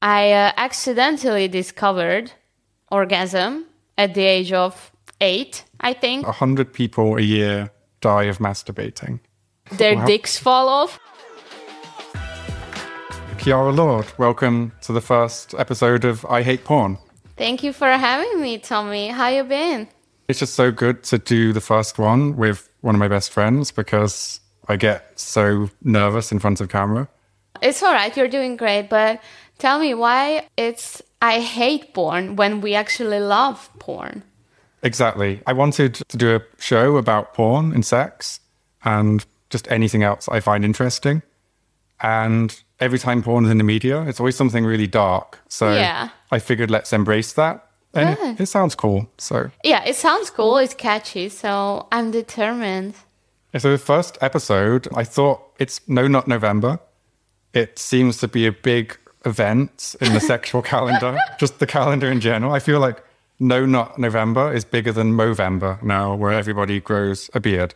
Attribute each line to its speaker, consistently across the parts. Speaker 1: I uh, accidentally discovered orgasm at the age of eight, I think.
Speaker 2: 100 people a year die of masturbating.
Speaker 1: Their dicks fall off.
Speaker 2: Kiara Lord, welcome to the first episode of I Hate Porn.
Speaker 1: Thank you for having me, Tommy. How you been?
Speaker 2: It's just so good to do the first one with one of my best friends because I get so nervous in front of camera.
Speaker 1: It's all right. You're doing great, but tell me why it's I hate porn when we actually love porn.
Speaker 2: Exactly. I wanted to do a show about porn and sex and just anything else I find interesting. And every time porn is in the media, it's always something really dark. So
Speaker 1: Yeah.
Speaker 2: I figured let's embrace that. And it- it, sounds cool. So,
Speaker 1: Yeah, it sounds cool. It's catchy, so I'm determined.
Speaker 2: so the first episode, I thought it's No Not November. It seems to be a big event in the sexual calendar, just the calendar in general. I feel like No Not November is bigger than Movember now, where everybody grows a beard.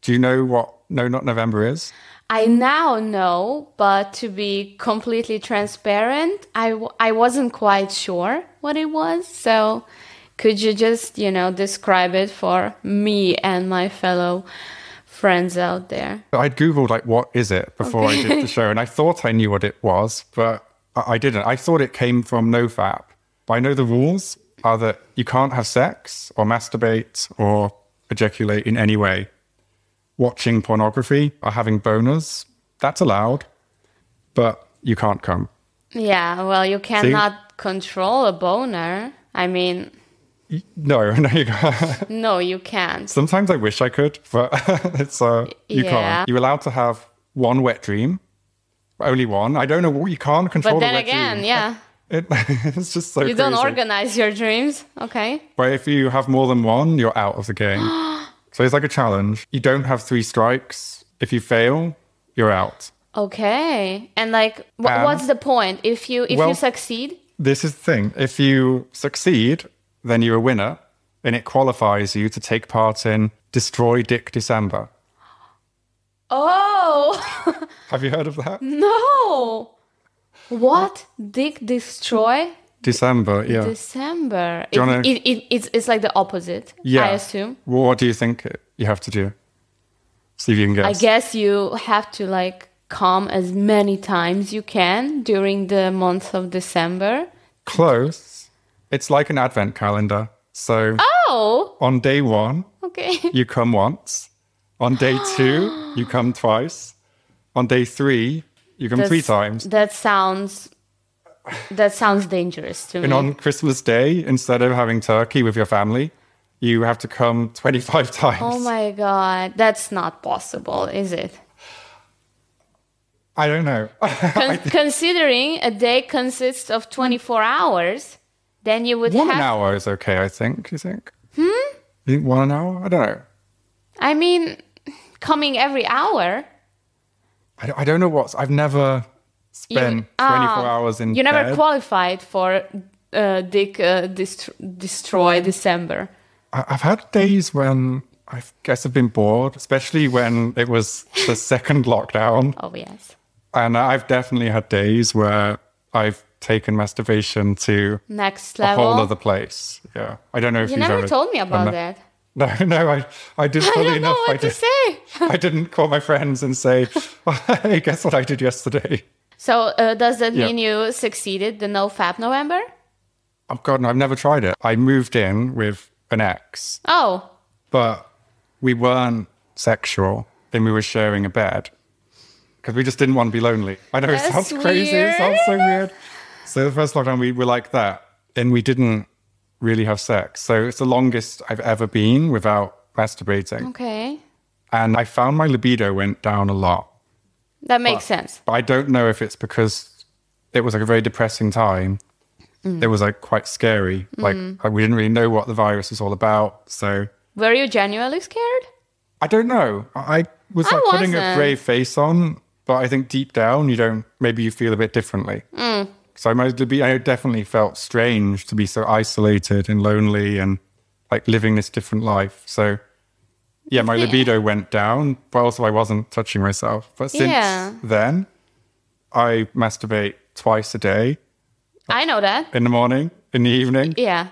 Speaker 2: Do you know what No Not November is?
Speaker 1: I now know, but to be completely transparent, I, w- I wasn't quite sure what it was. So, could you just, you know, describe it for me and my fellow friends out there?
Speaker 2: I'd googled like what is it before I did the show, and I thought I knew what it was, but I, I didn't. I thought it came from NoFap, but I know the rules are that you can't have sex or masturbate or ejaculate in any way. Watching pornography or having boners, that's allowed, but you can't come.
Speaker 1: Yeah, well, you cannot control a boner. I mean,
Speaker 2: No, no, you can't.
Speaker 1: no, you can't.
Speaker 2: Sometimes I wish I could, but it's uh, you
Speaker 1: Yeah.
Speaker 2: can't. You're allowed to have one wet dream, only one. I don't know. You can't control.
Speaker 1: but
Speaker 2: the
Speaker 1: then
Speaker 2: wet
Speaker 1: again,
Speaker 2: dream.
Speaker 1: yeah,
Speaker 2: It, it's just so
Speaker 1: you don't
Speaker 2: crazy.
Speaker 1: organize your dreams. Okay.
Speaker 2: But if you have more than one, you're out of the game. so it's like a challenge. You don't have three strikes. If you fail, you're out.
Speaker 1: Okay. And like, wh-
Speaker 2: Um,
Speaker 1: what's the point if you if you
Speaker 2: well-
Speaker 1: succeed?
Speaker 2: This is the thing. If you succeed, then you're a winner, and it qualifies you to take part in Destroy Dick December.
Speaker 1: Oh
Speaker 2: Have you heard of that?
Speaker 1: no! What dick destroy
Speaker 2: December, yeah.
Speaker 1: December? It,
Speaker 2: you wanna-
Speaker 1: it, it, it's it's like the opposite.
Speaker 2: yeah.
Speaker 1: I assume.
Speaker 2: Well, what do you think you have to do? See if you can guess.
Speaker 1: I guess you have to like come as many times you can during the month of December.
Speaker 2: Close. It's like an advent calendar. So
Speaker 1: Oh,
Speaker 2: on day one,
Speaker 1: okay.
Speaker 2: you come once. On day two, you come twice. On day three, you come three
Speaker 1: That's-
Speaker 2: times.
Speaker 1: That sounds that sounds dangerous to me.
Speaker 2: And on Christmas Day, instead of having turkey with your family, you have to come 25 times.
Speaker 1: Oh my god, that's not possible, is it?
Speaker 2: I don't know.
Speaker 1: Con- considering a day consists of 24 hours, then you would
Speaker 2: one
Speaker 1: have
Speaker 2: an hour is okay, I think. You think? Hmm? You think one an hour? I don't know.
Speaker 1: I mean, coming every hour.
Speaker 2: I, don't- I don't know what's. I've never
Speaker 1: you-
Speaker 2: spent 24
Speaker 1: Ah,
Speaker 2: hours in
Speaker 1: You never
Speaker 2: bed.
Speaker 1: qualified for uh, Dick uh, dist- Destroy December.
Speaker 2: I- I've had days when I guess I've been bored, especially when it was the second lockdown.
Speaker 1: Oh, yes.
Speaker 2: And I've definitely had days where I've taken masturbation to
Speaker 1: Next
Speaker 2: a whole
Speaker 1: level.
Speaker 2: other place. Yeah. I don't know if
Speaker 1: you
Speaker 2: you've
Speaker 1: never
Speaker 2: ever
Speaker 1: told me
Speaker 2: done
Speaker 1: about that.
Speaker 2: No, no, I, I did.
Speaker 1: I
Speaker 2: Funny
Speaker 1: don't know
Speaker 2: enough, I,
Speaker 1: what to
Speaker 2: did,
Speaker 1: say.
Speaker 2: I didn't call my friends and say, hey, guess what I did yesterday?
Speaker 1: So, uh, does that
Speaker 2: Yeah.
Speaker 1: mean you succeeded the No Fab November?
Speaker 2: Oh, God, no, I've never tried it. I moved in with an ex,
Speaker 1: Oh,
Speaker 2: but we weren't sexual and we were sharing a bed because we just didn't want to be lonely. I know it
Speaker 1: That's
Speaker 2: sounds crazy. It sounds so weird. So the first lockdown, we were like that, and we didn't really have sex. So it's the longest I've ever been without masturbating,
Speaker 1: okay.
Speaker 2: and I found my libido went down a lot.
Speaker 1: That makes sense.
Speaker 2: But I don't know if it's because it was like a very depressing time. It was like quite scary. Like, like we didn't really know what the virus was all about. So
Speaker 1: Were you genuinely scared?
Speaker 2: I don't know. I I was
Speaker 1: I
Speaker 2: like putting a
Speaker 1: wasn't.
Speaker 2: brave face on, but I think deep down you don't. Maybe you feel a bit differently.
Speaker 1: Mm.
Speaker 2: So I might be. I definitely felt strange to be so isolated and lonely and like living this different life. So yeah, my libido went down, but also I wasn't touching myself. But since
Speaker 1: Yeah.
Speaker 2: then, I masturbate twice a day,
Speaker 1: I know that.
Speaker 2: in the morning, in the evening.
Speaker 1: Yeah.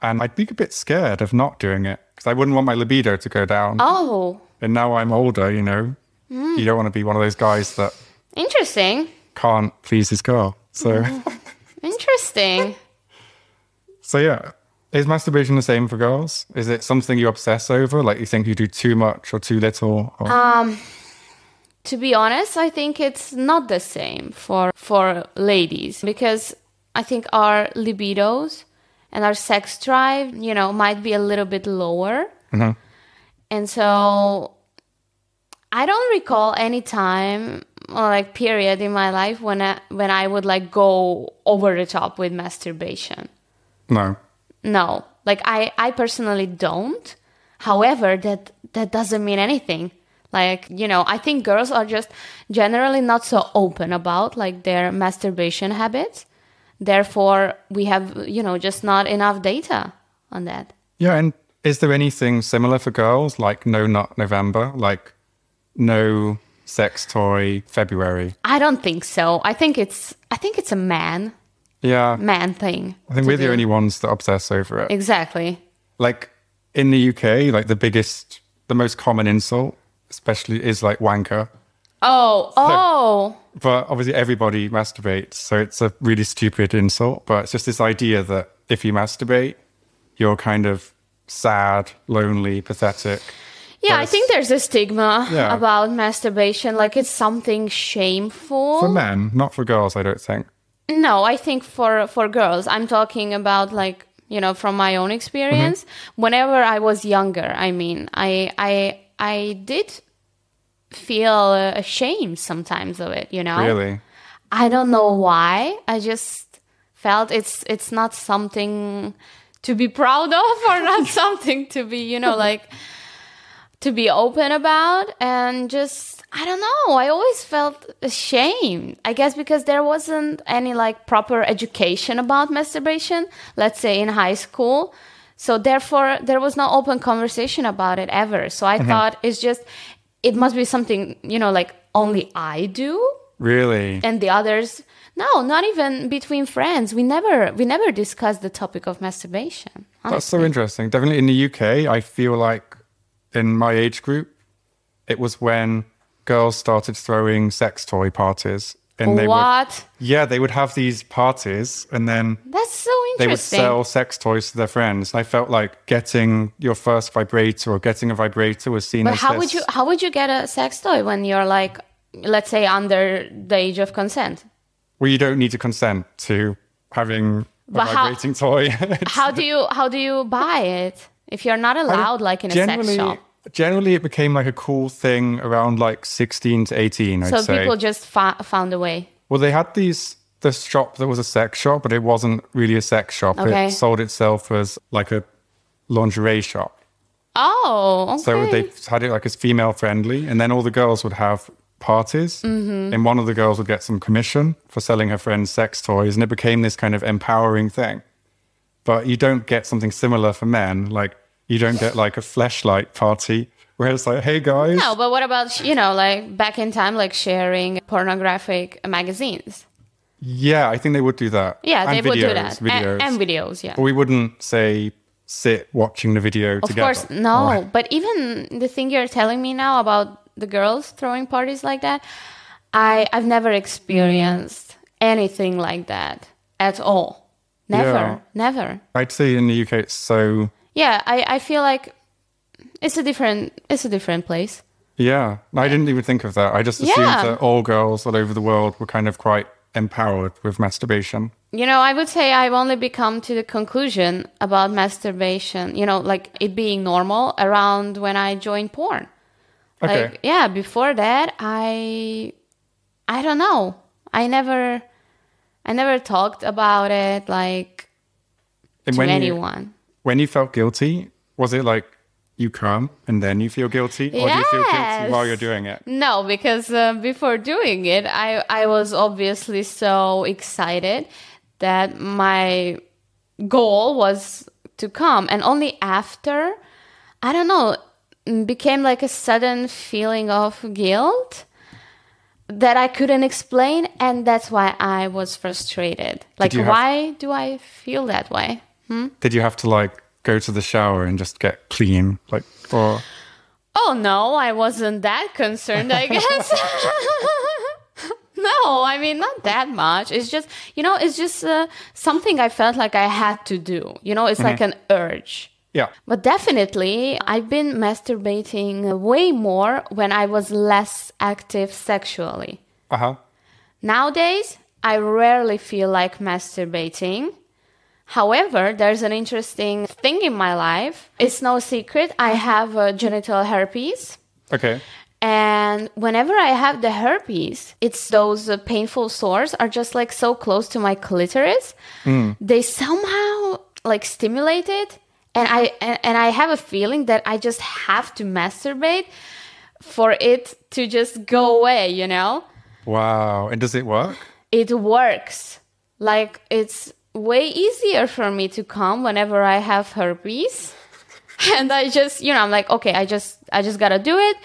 Speaker 2: And I'd be a bit scared of not doing it because I wouldn't want my libido to go down.
Speaker 1: Oh,
Speaker 2: And now I'm older, you know, you don't want to be one of those guys that
Speaker 1: interesting.
Speaker 2: can't please his girl. So,
Speaker 1: Interesting.
Speaker 2: so yeah. Is masturbation the same for girls? Is it something you obsess over? Like you think you do too much or too little? Or...
Speaker 1: to be honest, I think it's not the same for for ladies because I think our libidos and our sex drive, you know, might be a little bit lower. And so I don't recall any time or like period in my life when I when I would like go over the top with masturbation.
Speaker 2: no.
Speaker 1: No. Like I I personally don't. However, that that doesn't mean anything. Like, you know, I think girls are just generally not so open about like their masturbation habits. Therefore, we have, you know, just not enough data on that.
Speaker 2: Yeah, and is there anything similar for girls? Like no not November, like no sex toy February.
Speaker 1: I don't think so. I think it's I think it's a man
Speaker 2: Yeah.
Speaker 1: man thing.
Speaker 2: I think
Speaker 1: to
Speaker 2: we're the
Speaker 1: do.
Speaker 2: only ones that obsess over it.
Speaker 1: Exactly.
Speaker 2: Like in the UK, like the biggest, the most common insult, especially is like wanker.
Speaker 1: Oh, oh.
Speaker 2: But obviously, everybody masturbates, so it's a really stupid insult. But it's just this idea that if you masturbate, you're kind of sad, lonely, pathetic.
Speaker 1: Yeah, I
Speaker 2: Whereas-
Speaker 1: think there's a stigma
Speaker 2: Yeah.
Speaker 1: about masturbation. Like it's something shameful.
Speaker 2: For men, not for girls, I don't think.
Speaker 1: No, I think for for girls, I'm talking about like you know from my own experience. Whenever I was younger, I mean, I I I did feel uh, ashamed sometimes of it. You know,
Speaker 2: Really?
Speaker 1: I don't know why. I just felt it's it's not something to be proud of or not something to be, you know, like to be open about and just I don't know. I always felt ashamed. I guess because there wasn't any like proper education about masturbation, let's say in high school. So therefore there was no open conversation about it ever. So I thought it's just it must be something, you know, like only I do
Speaker 2: Really?
Speaker 1: and the others no not even between friends we never we never discussed the topic of masturbation
Speaker 2: That's so interesting. Definitely in the UK, I feel like in my age group, it was when girls started throwing sex toy parties. And they would,
Speaker 1: what
Speaker 2: yeah, they would have these parties and then
Speaker 1: that's so
Speaker 2: they would
Speaker 1: interesting
Speaker 2: sell sex toys to their friends. And I felt like getting your first vibrator or getting a vibrator was seen
Speaker 1: but
Speaker 2: as
Speaker 1: how
Speaker 2: this-
Speaker 1: would you how would you get a sex toy when you're like let's say under the age of consent
Speaker 2: well, you don't need to consent to having a
Speaker 1: But how-
Speaker 2: vibrating toy.
Speaker 1: how do you how do you buy it if you're not allowed like in a sex shop
Speaker 2: Generally, it became like a cool thing around like 16 to 18, I'd
Speaker 1: so
Speaker 2: say.
Speaker 1: people just fa- found a way
Speaker 2: Well, they had these the shop that was a sex shop, but it wasn't really a sex shop.
Speaker 1: Okay.
Speaker 2: It sold itself as like a lingerie shop.
Speaker 1: oh okay.
Speaker 2: So they had it like as female friendly, and then all the girls would have parties,
Speaker 1: Mm-hmm.
Speaker 2: and one of the girls would get some commission for selling her friends sex toys, and it became this kind of empowering thing. But you don't get something similar for men, like you don't get like a fleshlight party where it's like, hey guys,
Speaker 1: no but what about you know like back in time like sharing pornographic magazines
Speaker 2: yeah, I think they would do that.
Speaker 1: yeah
Speaker 2: And
Speaker 1: they would do that
Speaker 2: videos, Videos.
Speaker 1: And, and videos yeah
Speaker 2: But we wouldn't say sit watching the video
Speaker 1: Of
Speaker 2: together.
Speaker 1: course, no. But even the thing you're telling me now about the girls throwing parties like that, I I've never
Speaker 2: Mm.
Speaker 1: experienced anything like that at all. Never,
Speaker 2: Yeah.
Speaker 1: never.
Speaker 2: I'd say in the UK it's so
Speaker 1: Yeah, I I feel like it's a different it's a different place.
Speaker 2: yeah. I didn't even think of that. I just assumed
Speaker 1: Yeah.
Speaker 2: that all girls all over the world were kind of quite empowered with masturbation.
Speaker 1: You know, I would say I've only become to the conclusion about masturbation, you know, like it being normal around when I joined porn.
Speaker 2: Okay.
Speaker 1: Like yeah, before that I I don't know. I never I never talked about it like
Speaker 2: and
Speaker 1: to
Speaker 2: when you
Speaker 1: anyone.
Speaker 2: when you felt guilty, was it like you come and then you feel guilty? Or do you feel guilty while you're
Speaker 1: Yes.
Speaker 2: doing it?
Speaker 1: No, because uh, before doing it, I I was obviously so excited that my goal was to come, and only after, I mm, don't know, became like a sudden feeling of guilt. that I couldn't explain, and that's why I was frustrated. Like,
Speaker 2: you have-
Speaker 1: why do I feel that way?
Speaker 2: Did you have to like go to the shower and just get clean? Like, or
Speaker 1: Oh no, I wasn't that concerned, I guess. no, I mean not that much. It's just, you know, it's just uh, something I felt like I had to do. You know, it's like an urge.
Speaker 2: yeah,
Speaker 1: But definitely, I've been masturbating way more when I was less active sexually.
Speaker 2: uh huh,
Speaker 1: Nowadays, I rarely feel like masturbating. However, there's an interesting thing in my life. It's no secret, I have uh, genital herpes.
Speaker 2: okay,
Speaker 1: And whenever I have the herpes, it's those uh, painful sores are just like so close to my clitoris. They somehow like stimulate it, and I and, and I have a feeling that I just have to masturbate for it to just go away. You know,
Speaker 2: wow. And does it work?
Speaker 1: it works. Like it's way easier for me to come whenever I have herpes. And I just, you know, I'm like, okay, I just I just got to do it.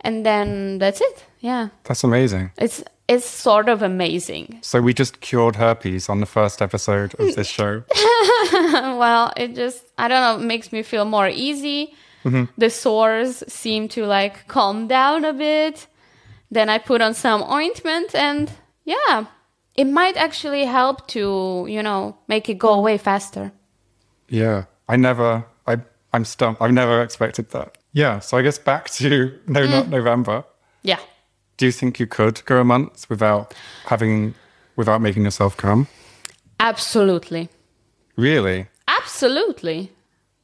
Speaker 1: And then that's it. Yeah.
Speaker 2: That's amazing.
Speaker 1: It's it's sort of amazing.
Speaker 2: So we just cured herpes on the first episode of this show.
Speaker 1: well, it just I don't know, makes me feel more easy. The sores seem to like calm down a bit. Then I put on some ointment and yeah, it might actually help to, you know, make it go away faster.
Speaker 2: Yeah, I never, I, I'm stumped. I've never expected that. Yeah, so I guess back to no,
Speaker 1: Mm.
Speaker 2: not November.
Speaker 1: Yeah.
Speaker 2: Do you think you could go a month without having, without making yourself come?
Speaker 1: Absolutely.
Speaker 2: Really?
Speaker 1: Absolutely.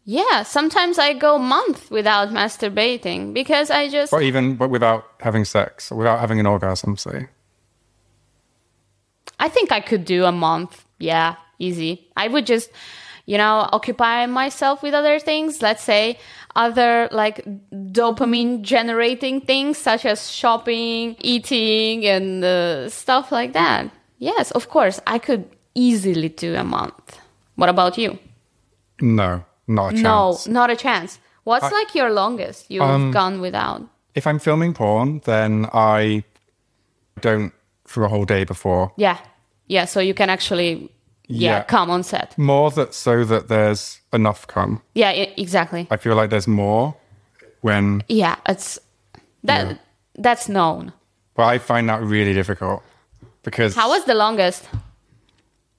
Speaker 1: Yeah, sometimes I go month without masturbating because I just
Speaker 2: Or even but without having sex, or without having an orgasm, say.
Speaker 1: I think I could do a month. Yeah, easy. I would just, you know, occupy myself with other things. Let's say other like dopamine generating things such as shopping, eating, and uh, stuff like that. Yes, of course, I could easily do a month. What about you?
Speaker 2: No, not a
Speaker 1: No,
Speaker 2: chance.
Speaker 1: not a chance. What's like your longest you've
Speaker 2: Um,
Speaker 1: gone without?
Speaker 2: If I'm filming porn, then I don't for a whole day before.
Speaker 1: Yeah, yeah. So you can actually, yeah,
Speaker 2: Yeah.
Speaker 1: come on set.
Speaker 2: More that so that there's enough come.
Speaker 1: Yeah, e- exactly.
Speaker 2: I feel like there's more when
Speaker 1: Yeah, it's that that's known.
Speaker 2: But I find that really difficult because
Speaker 1: How was the longest?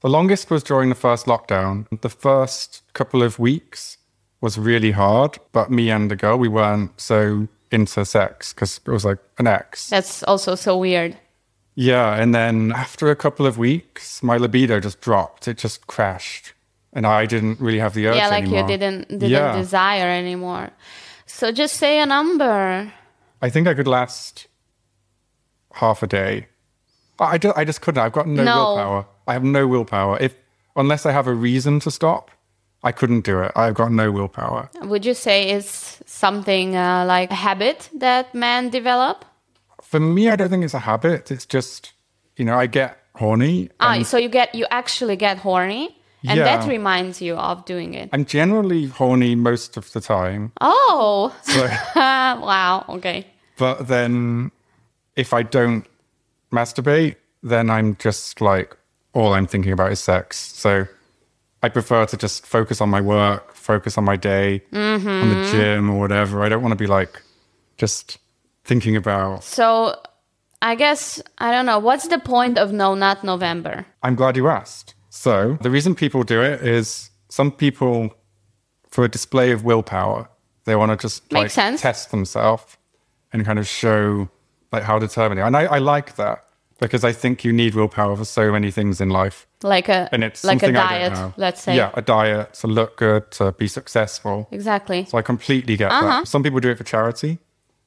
Speaker 2: the longest was during the first lockdown. The first couple of weeks was really hard, but me and the girl, we weren't so into sex because it was like an ex.
Speaker 1: That's also so weird.
Speaker 2: Yeah. And then after a couple of weeks, my libido just dropped. It just crashed. And I didn't really have the urge
Speaker 1: yeah, like you
Speaker 2: anymore.
Speaker 1: didn't didn't
Speaker 2: Yeah.
Speaker 1: desire anymore. So just say a number.
Speaker 2: I think I could last half a day. I, I ju- I just couldn't. I've got no,
Speaker 1: No.
Speaker 2: willpower. I have no willpower. If unless I have a reason to stop, I couldn't do it. I've got no willpower.
Speaker 1: Would you say it's something uh, like a habit that men develop?
Speaker 2: For me, I don't think it's a habit. It's just you know I get horny.
Speaker 1: Ah, so you get you actually get horny, and that
Speaker 2: Yeah.
Speaker 1: reminds you of doing it.
Speaker 2: I'm generally horny most of the time,
Speaker 1: Oh,
Speaker 2: So-
Speaker 1: wow. Okay.
Speaker 2: but then if I don't masturbate, then I'm just like all I'm thinking about is sex. So I prefer to just focus on my work, focus on my day, on the gym or whatever. I don't want to be like just thinking about.
Speaker 1: So I guess I don't know. What's the point of no, not November?
Speaker 2: I'm glad you asked. So the reason people do it is some people, for a display of willpower, they want to just like
Speaker 1: Makes sense.
Speaker 2: test themselves and kind of show like how determined they are. And I, I like that because I think you need willpower for so many things in life.
Speaker 1: Like a
Speaker 2: And it's
Speaker 1: like a
Speaker 2: something I don't
Speaker 1: diet,
Speaker 2: have.
Speaker 1: let's say.
Speaker 2: Yeah, a diet to look good, to be successful.
Speaker 1: Exactly.
Speaker 2: So I completely get
Speaker 1: Uh-huh.
Speaker 2: that. Some people do it for charity.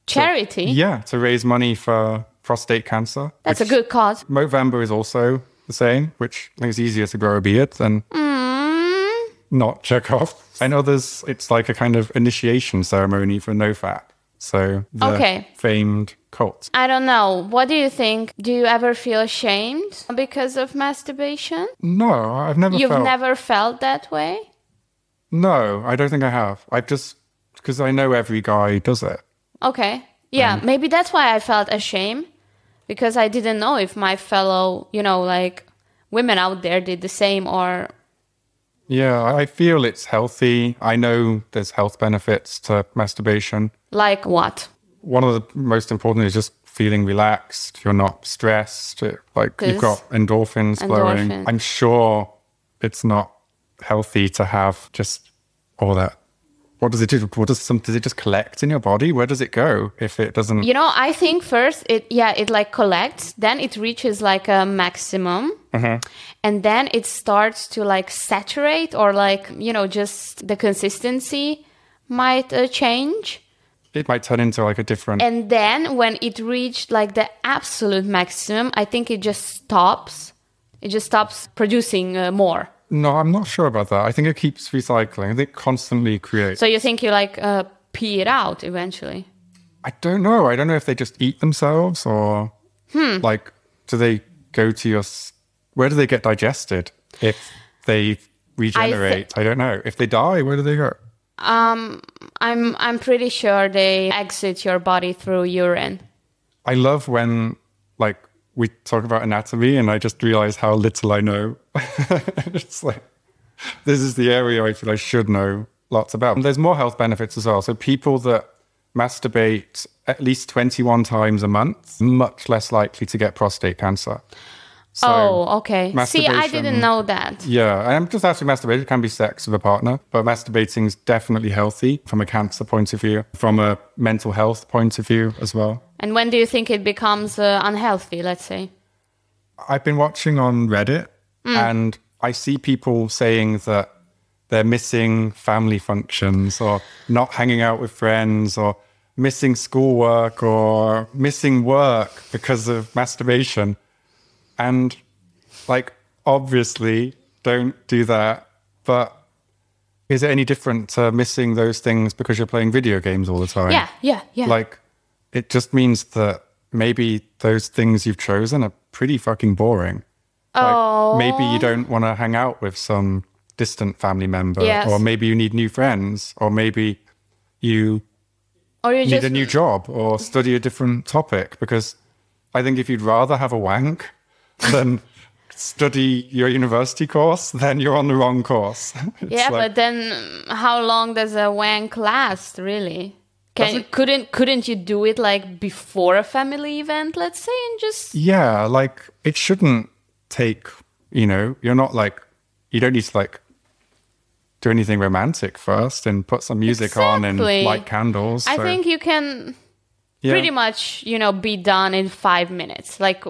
Speaker 1: Charity.
Speaker 2: Yeah, to raise money for prostate cancer.
Speaker 1: That's a good cause.
Speaker 2: Movember is also the same, which I think it's easier to grow a beard than
Speaker 1: Mm.
Speaker 2: not check off. And others, it's like a kind of initiation ceremony for no fat. So the
Speaker 1: Okay.
Speaker 2: famed cult.
Speaker 1: I don't know. What do you think? Do you ever feel ashamed because of masturbation?
Speaker 2: No, I've never
Speaker 1: You've
Speaker 2: felt.
Speaker 1: never felt that way?
Speaker 2: no, I don't think I have. I've just because I know every guy does it. Um,
Speaker 1: Okay. Yeah, maybe that's why I felt ashamed because I didn't know if my fellow, you know, like women out there did the same or
Speaker 2: Yeah, I feel it's healthy. I know there's health benefits to masturbation.
Speaker 1: like what.
Speaker 2: One of the most important is just feeling relaxed. You're not stressed. It, like
Speaker 1: Yes.
Speaker 2: you've got endorphins flowing.
Speaker 1: Endorphins.
Speaker 2: I'm sure it's not healthy to have just all that. What does it do? What does some? Does it just collect in your body? Where does it go if it doesn't?
Speaker 1: You know, I think first it yeah, it like collects, then it reaches like a maximum. And then it starts to like saturate or like, you know, just the consistency might uh, change.
Speaker 2: It might turn into like a different.
Speaker 1: And then when it reached like the absolute maximum, I think it just stops. It just stops producing uh, more.
Speaker 2: no, I'm not sure about that. I think it keeps recycling. I think it constantly creates.
Speaker 1: So you think you like uh, pee it out eventually?
Speaker 2: I don't know. I don't know if they just eat themselves or like do they go to your s- where do they get digested if they regenerate? I, don't know. If they die, where do they go?
Speaker 1: Um, I'm I'm pretty sure they exit your body through urine.
Speaker 2: I love when like we talk about anatomy and I just realize how little I know. it's like this is the area I feel I should know lots about. And there's more health benefits as well. So people that masturbate at least 21 times a month much less likely to get prostate cancer. So
Speaker 1: oh, okay. See, I didn't
Speaker 2: masturbation-
Speaker 1: know that.
Speaker 2: Yeah, and I'm just asking masturbation can be sex with a partner, but masturbating is definitely healthy from a cancer point of view, from a mental health point of view as well.
Speaker 1: And when do you think it becomes uh, unhealthy? Let's say.
Speaker 2: I've been watching on Reddit and I see people saying that they're missing family functions or not hanging out with friends or missing schoolwork or missing work because of masturbation. And like, obviously, don't do that. But is it any different to missing those things because you're playing video games all the time?
Speaker 1: Yeah, yeah, yeah.
Speaker 2: Like, it just means that maybe those things you've chosen are pretty fucking boring.
Speaker 1: Oh.
Speaker 2: Like, maybe you don't want to hang out with some distant family member,
Speaker 1: Yes.
Speaker 2: or maybe you need new friends, or maybe you
Speaker 1: or you
Speaker 2: need
Speaker 1: just Mm-hmm.
Speaker 2: a new job or study a different topic. Because I think if you'd rather have a wank than study your university course, then you're on the wrong course. It's
Speaker 1: yeah,
Speaker 2: like-
Speaker 1: but then um, how long does a wank last, really? Can, couldn't couldn't you do it like before a family event, let's say, and just
Speaker 2: yeah, like it shouldn't take, you know, you're not like, you don't need to like do anything romantic first and put some music on and
Speaker 1: Exactly.
Speaker 2: light candles.
Speaker 1: I
Speaker 2: so-
Speaker 1: think you can
Speaker 2: Yeah.
Speaker 1: pretty much, you know, be done in five minutes, like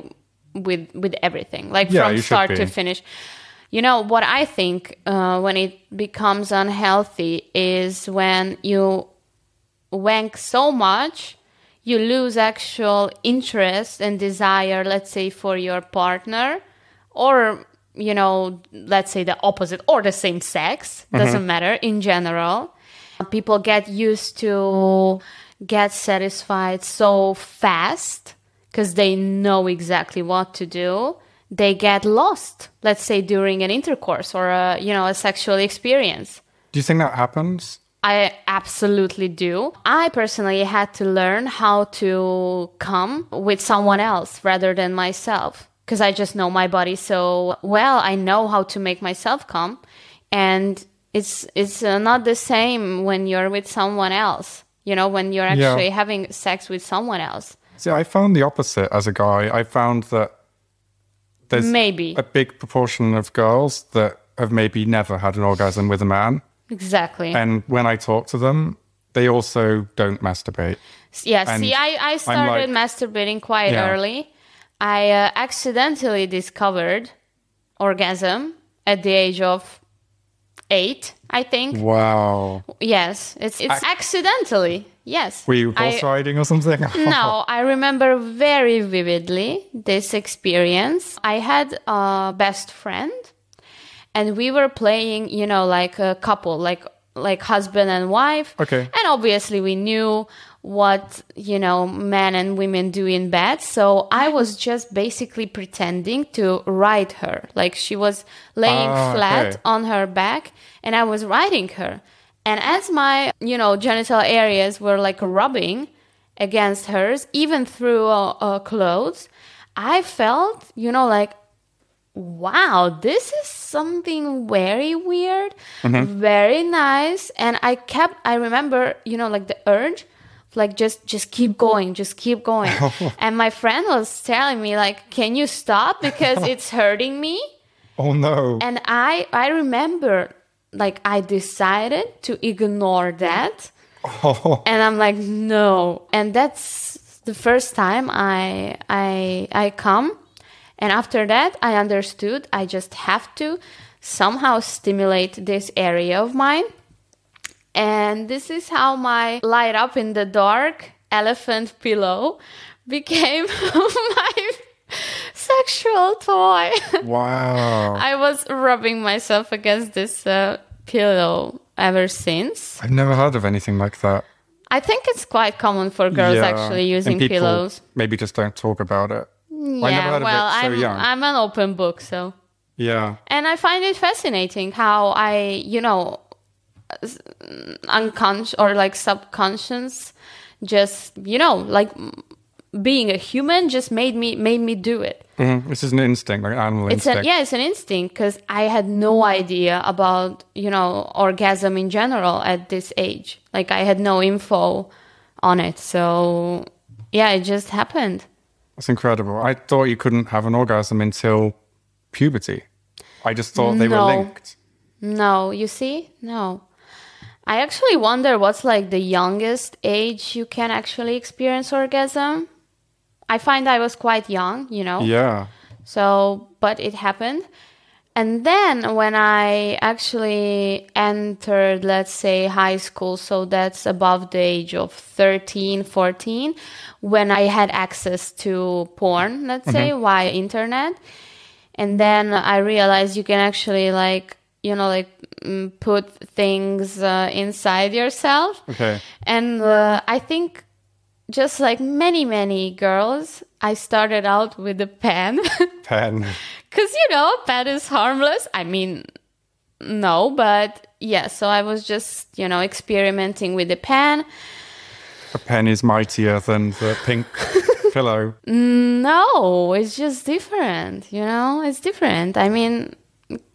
Speaker 1: with with everything, like
Speaker 2: Yeah,
Speaker 1: from
Speaker 2: you should
Speaker 1: start to
Speaker 2: be.
Speaker 1: finish. You know what I think uh, when it becomes unhealthy is when you wank so much, you lose actual interest and desire, let's say, for your partner, or you know, let's say the opposite or the same sex doesn't matter in general. People get used to get satisfied so fast because they know exactly what to do. They get lost, let's say, during an intercourse or a you know a sexual experience.
Speaker 2: Do you think that happens?
Speaker 1: I absolutely do. I personally had to learn how to come with someone else rather than myself because I just know my body so well. I know how to make myself come and it's it's uh, not the same when you're with someone else. You know, when you're
Speaker 2: Yeah.
Speaker 1: actually having sex with someone else.
Speaker 2: See, I found the opposite as a guy. I found that there's
Speaker 1: Maybe.
Speaker 2: a big proportion of girls that have maybe never had an orgasm with a man.
Speaker 1: Exactly.
Speaker 2: And when I talk to them, they also don't masturbate.
Speaker 1: Yeah,
Speaker 2: And
Speaker 1: see, I, I started
Speaker 2: like-
Speaker 1: masturbating quite
Speaker 2: Yeah.
Speaker 1: early. I uh, accidentally discovered orgasm at the age of eight, I think.
Speaker 2: Wow.
Speaker 1: Yes, it's it's accidentally. Yes.
Speaker 2: Were you
Speaker 1: I-
Speaker 2: horse riding or something?
Speaker 1: no, I remember very vividly this experience. I had a best friend, and we were playing, you know, like a couple, like like husband and wife.
Speaker 2: Okay.
Speaker 1: And obviously, we knew what you know men and women do in bed. So I was just basically pretending to ride her, like she was laying
Speaker 2: Ah,
Speaker 1: flat
Speaker 2: okay.
Speaker 1: on her back and I was riding her. And as my, you know, genital areas were like rubbing, against hers, even through uh, uh, clothes, I felt, you know, like, wow, this is something very weird,
Speaker 2: Mm-hmm.
Speaker 1: very nice. And I kept, I remember, you know, like the urge, like just just keep going, just keep going. and my friend was telling me like, can you stop because it's hurting me?
Speaker 2: Oh no.
Speaker 1: and i i remember like i decided to ignore that
Speaker 2: Oh.
Speaker 1: and i'm like no and that's the first time i i i come and after that i understood i just have to somehow stimulate this area of mine and this is how my light up in the dark elephant pillow became my sexual toy
Speaker 2: Wow.
Speaker 1: I was rubbing myself against this uh, pillow ever since.
Speaker 2: I've never heard of anything like that.
Speaker 1: I think it's quite common for girls
Speaker 2: Yeah.
Speaker 1: actually
Speaker 2: And
Speaker 1: using
Speaker 2: people
Speaker 1: pillows.
Speaker 2: Maybe just don't talk about it.
Speaker 1: Yeah,
Speaker 2: I never heard
Speaker 1: well,
Speaker 2: of it so
Speaker 1: I'm
Speaker 2: young.
Speaker 1: I'm an open book, so
Speaker 2: yeah.
Speaker 1: and I find it fascinating how I, you know, s- unconscious or like subconscious, just you know, like m- being a human just made me made me do it.
Speaker 2: Mhm. This is an instinct, like an animal
Speaker 1: It's an,
Speaker 2: instinct.
Speaker 1: yeah, it's an instinct because I had no idea about you know orgasm in general at this age. Like I had no info on it, so yeah, it just happened.
Speaker 2: That's incredible. I thought you couldn't have an orgasm until puberty. I just thought they were
Speaker 1: No.
Speaker 2: linked.
Speaker 1: No, you see, no. I actually wonder what's like the youngest age you can actually experience orgasm. I find I was quite young, you know.
Speaker 2: Yeah.
Speaker 1: So, but it happened. And then when I actually entered, let's say, high school, so that's above the age of 13, 14, when I had access to porn, let's say, via internet. And then I realized you can actually, like, you know, like mm, put things uh, inside yourself.
Speaker 2: Okay.
Speaker 1: And uh, I think, just like many, many girls, I started out with a pen.
Speaker 2: Pen.
Speaker 1: Because, you know, a pen is harmless. I mean, no, but yeah, so I was just, you know, experimenting with the pen.
Speaker 2: A pen is mightier than the pink pillow.
Speaker 1: No, it's just different, you know? It's different. I mean,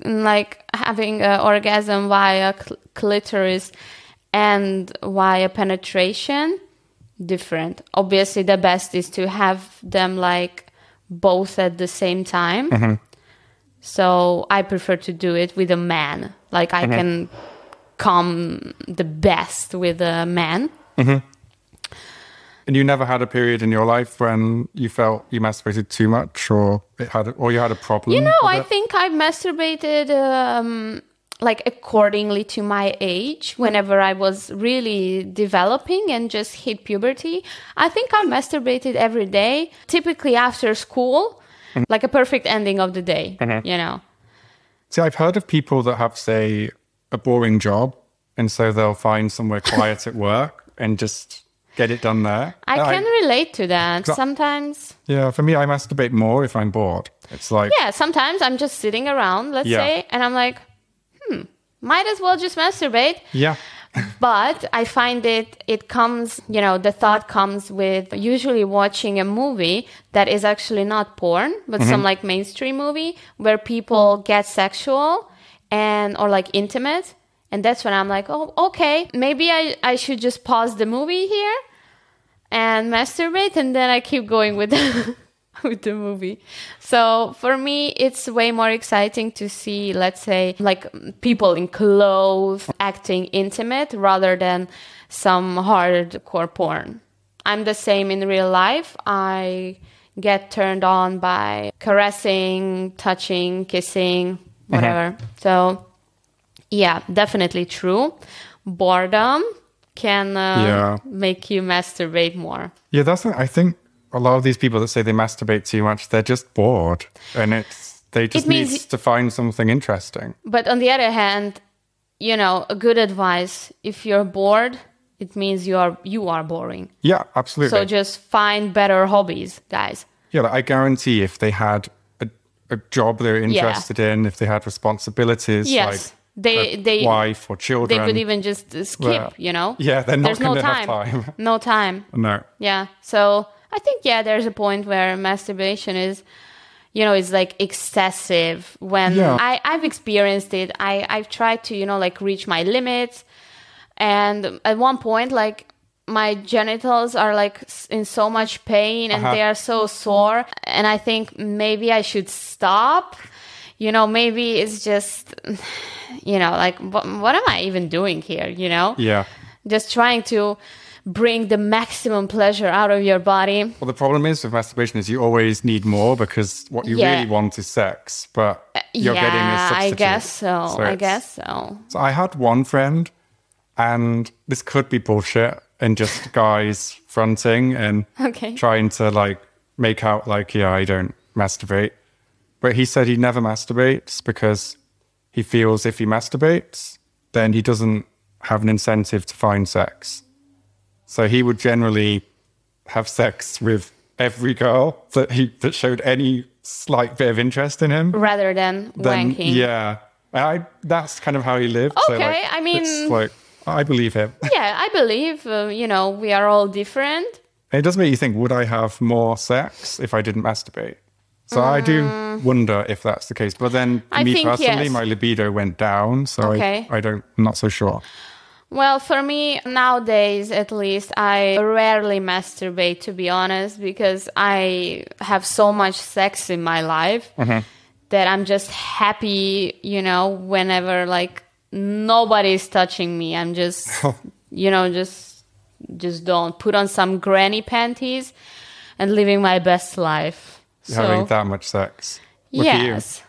Speaker 1: like having an orgasm via cl- clitoris and via penetration, different. Obviously, the best is to have them like both at the same time. So I prefer to do it with a man. Like, I can come the best with a man.
Speaker 2: And you never had a period in your life when you felt you masturbated too much, or it had, or you had a problem.
Speaker 1: You know,
Speaker 2: with
Speaker 1: I
Speaker 2: it?
Speaker 1: think I masturbated um, like accordingly to my age. Whenever I was really developing and just hit puberty, I think I masturbated every day, typically after school, like a perfect ending of the day. You know,
Speaker 2: See, I've heard of people that have, say, a boring job, and so they'll find somewhere quiet at work and just get it done there.
Speaker 1: I
Speaker 2: And
Speaker 1: can relate to that. Sometimes,
Speaker 2: yeah, for me, I masturbate more if I'm bored. It's like,
Speaker 1: yeah, sometimes I'm just sitting around, let's
Speaker 2: Yeah.
Speaker 1: say, and I'm like, hmm, might as well just masturbate.
Speaker 2: yeah,
Speaker 1: but I find it it comes, you know, the thought comes with usually watching a movie that is actually not porn, but some like mainstream movie where people get sexual and or like intimate. And that's when I'm like, oh, okay, maybe I, I should just pause the movie here and masturbate and then I keep going with the, with the movie. So for me it's way more exciting to see let's say like people in clothes acting intimate rather than some hardcore porn. I'm the same in real life. I get turned on by caressing, touching, kissing, whatever. So yeah, definitely true. Boredom can uh,
Speaker 2: Yeah.
Speaker 1: make you masturbate more.
Speaker 2: yeah. That's. the- I think a lot of these people that say they masturbate too much, they're just bored, and it's they just need
Speaker 1: means-
Speaker 2: to find something interesting.
Speaker 1: But on the other hand, you know, a good advice if you're bored, it means you are you are boring.
Speaker 2: Yeah, absolutely.
Speaker 1: So just find better hobbies, guys.
Speaker 2: Yeah, like I guarantee if they had a, a job they were interested in, if they had responsibilities,
Speaker 1: Yes.
Speaker 2: like
Speaker 1: They they
Speaker 2: wife or
Speaker 1: they
Speaker 2: children.
Speaker 1: could even just uh, skip.
Speaker 2: Well,
Speaker 1: you know.
Speaker 2: yeah, they're not
Speaker 1: There's no
Speaker 2: gonna
Speaker 1: time.
Speaker 2: have time.
Speaker 1: no time.
Speaker 2: no.
Speaker 1: Yeah. So I think yeah, there's a point where masturbation is, you know, is like excessive. When
Speaker 2: Yeah.
Speaker 1: I I've experienced it. I I've tried to you know like reach my limits, and at one point like my genitals are like s- in so much pain and
Speaker 2: Uh-huh.
Speaker 1: they are so sore and i think maybe i should stop you know maybe it's just you know like what, what am i even doing here you know
Speaker 2: Yeah.
Speaker 1: just trying to bring the maximum pleasure out of your body
Speaker 2: Well, the problem is with masturbation is you always need more because what you
Speaker 1: Yeah. Uh,
Speaker 2: really want is sex, but you're getting a
Speaker 1: yeah i
Speaker 2: substitute.
Speaker 1: guess so, i
Speaker 2: it's-
Speaker 1: guess so
Speaker 2: So I had one friend, and this could be bullshit and just guys fronting and
Speaker 1: Okay.
Speaker 2: trying to like make out like yeah I don't masturbate, but he said he never masturbates because he feels if he masturbates then he doesn't have an incentive to find sex, so he would generally have sex with every girl that he that showed any slight bit of interest in him
Speaker 1: rather than,
Speaker 2: then
Speaker 1: wanking
Speaker 2: yeah, I that's kind of how he lived. so,
Speaker 1: Okay,
Speaker 2: like,
Speaker 1: I mean-
Speaker 2: it's like I believe him.
Speaker 1: yeah i believe uh, you know we are all different
Speaker 2: It does make you think: Would I have more sex if I didn't masturbate? So I do wonder if that's the case. But then,
Speaker 1: Mm. I
Speaker 2: me
Speaker 1: think
Speaker 2: personally,
Speaker 1: yes.
Speaker 2: my libido went down, so
Speaker 1: Okay.
Speaker 2: I, I don't. I'm not so sure.
Speaker 1: Well, for me nowadays, at least, I rarely masturbate to be honest, because I have so much sex in my life
Speaker 2: Mm-hmm.
Speaker 1: that I'm just happy, you know, whenever like nobody's touching me. I'm just,
Speaker 2: Oh.
Speaker 1: you know, just just don't put on some granny panties and living my best life.
Speaker 2: You're having that much sex. With you.
Speaker 1: yes,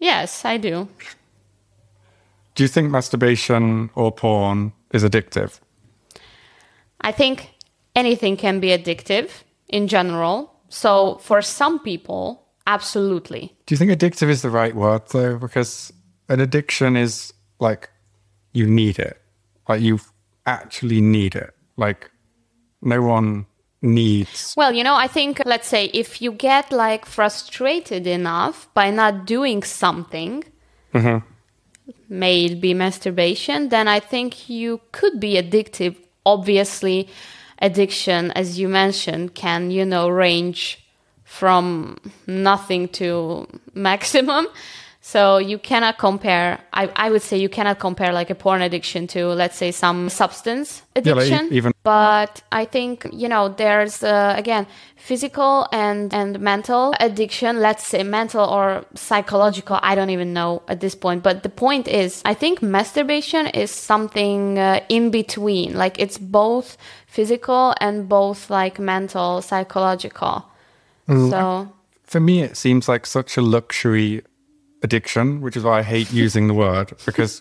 Speaker 1: yes, I do.
Speaker 2: Do you think masturbation or porn is addictive?
Speaker 1: I think anything can be addictive in general. So for some people, absolutely.
Speaker 2: Do you think addictive is the right word though? Because an addiction is like you need it. Like you actually need it. Like no one needs
Speaker 1: Well, you know, I think let's say if you get like frustrated enough by not doing something,
Speaker 2: Mm-hmm.
Speaker 1: may it be masturbation, then I think you could be addictive. Obviously, addiction, as you mentioned, can, you know, range from nothing to maximum. So you cannot compare, I, I would say you cannot compare like a porn addiction to, let's say, some substance
Speaker 2: Yeah, like e-
Speaker 1: addiction.
Speaker 2: even-
Speaker 1: but I think, you know, there's, uh, again, physical and, and mental addiction, let's say mental or psychological, I don't even know at this point. But the point is, I think masturbation is something uh, in between. Like it's both physical and both like mental, psychological.
Speaker 2: Mm.
Speaker 1: So,
Speaker 2: for me it seems like such a luxury addiction, which is why I hate using the word, because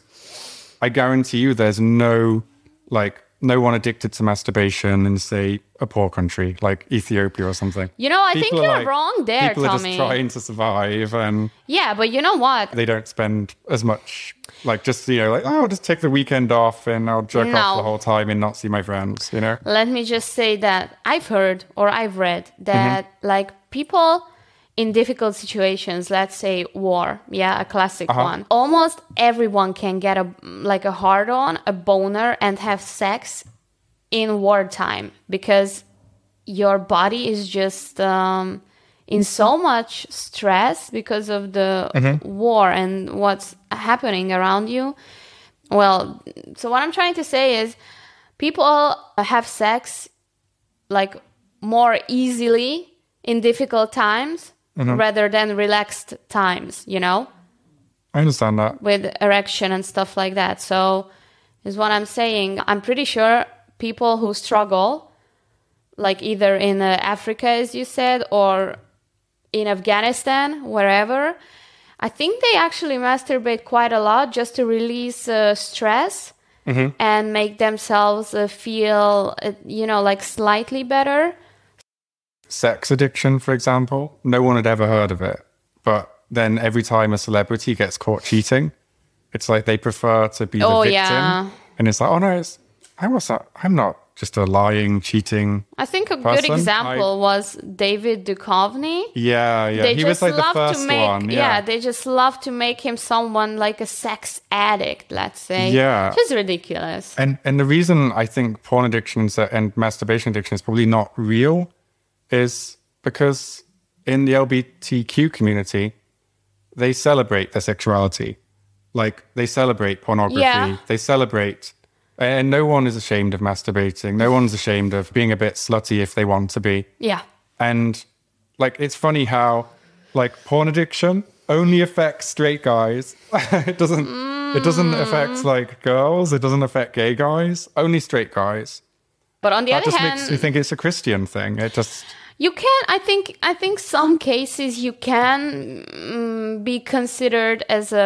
Speaker 2: I guarantee you there's no like no one addicted to masturbation in say a poor country like Ethiopia or something.
Speaker 1: you know, I think
Speaker 2: People are,
Speaker 1: you're
Speaker 2: like-
Speaker 1: wrong there,
Speaker 2: People are just
Speaker 1: Tommy.
Speaker 2: trying to survive and
Speaker 1: Yeah, but you know what?
Speaker 2: they don't spend as much like just you know like oh, I'll just take the weekend off and I'll jerk off
Speaker 1: No.
Speaker 2: the whole time and not see my friends you know
Speaker 1: let me just say that I've heard or I've read that like people in difficult situations, let's say war, yeah, a classic one. Almost everyone can get a like a hard on, a boner, and have sex in wartime because your body is just um, in so much stress because of the war and what's happening around you. Well, so what I'm trying to say is people have sex like more easily in difficult times rather than relaxed times, you know?
Speaker 2: I understand that
Speaker 1: with erection and stuff like that. So is what I'm saying. I'm pretty sure people who struggle, like either in uh, Africa, as you said, or in Afghanistan, wherever, I think they actually masturbate quite a lot just to release uh, stress and make themselves uh, feel, uh, you know, like slightly better.
Speaker 2: sex addiction for example no one had ever heard of it but then every time a celebrity gets caught cheating it's like they prefer to be the
Speaker 1: Oh,
Speaker 2: victim
Speaker 1: yeah.
Speaker 2: and it's like oh no it's I was not I'm not just a lying, cheating.
Speaker 1: I think a good
Speaker 2: Person, I-
Speaker 1: example was David Duchovny.
Speaker 2: Yeah, yeah.
Speaker 1: They
Speaker 2: he was
Speaker 1: just
Speaker 2: like the
Speaker 1: love
Speaker 2: first
Speaker 1: to make
Speaker 2: one.
Speaker 1: yeah. they just love to make him someone like a sex addict, let's say.
Speaker 2: Yeah.
Speaker 1: Which is ridiculous.
Speaker 2: And and the reason I think porn addictions are- and masturbation addiction is probably not real is because in the LBTQ community, they celebrate their sexuality. Like they celebrate pornography.
Speaker 1: Yeah.
Speaker 2: They celebrate and no one is ashamed of masturbating. No one's ashamed of being a bit slutty if they want to be.
Speaker 1: Yeah.
Speaker 2: And like it's funny how like porn addiction only affects straight guys. it doesn't it
Speaker 1: Mm.
Speaker 2: doesn't affect like girls, it doesn't affect gay guys, only straight guys.
Speaker 1: But on the
Speaker 2: That
Speaker 1: other
Speaker 2: just
Speaker 1: hand,
Speaker 2: makes me think it's a Christian thing. It just
Speaker 1: You can. I think. I think some cases you can mm, be considered as a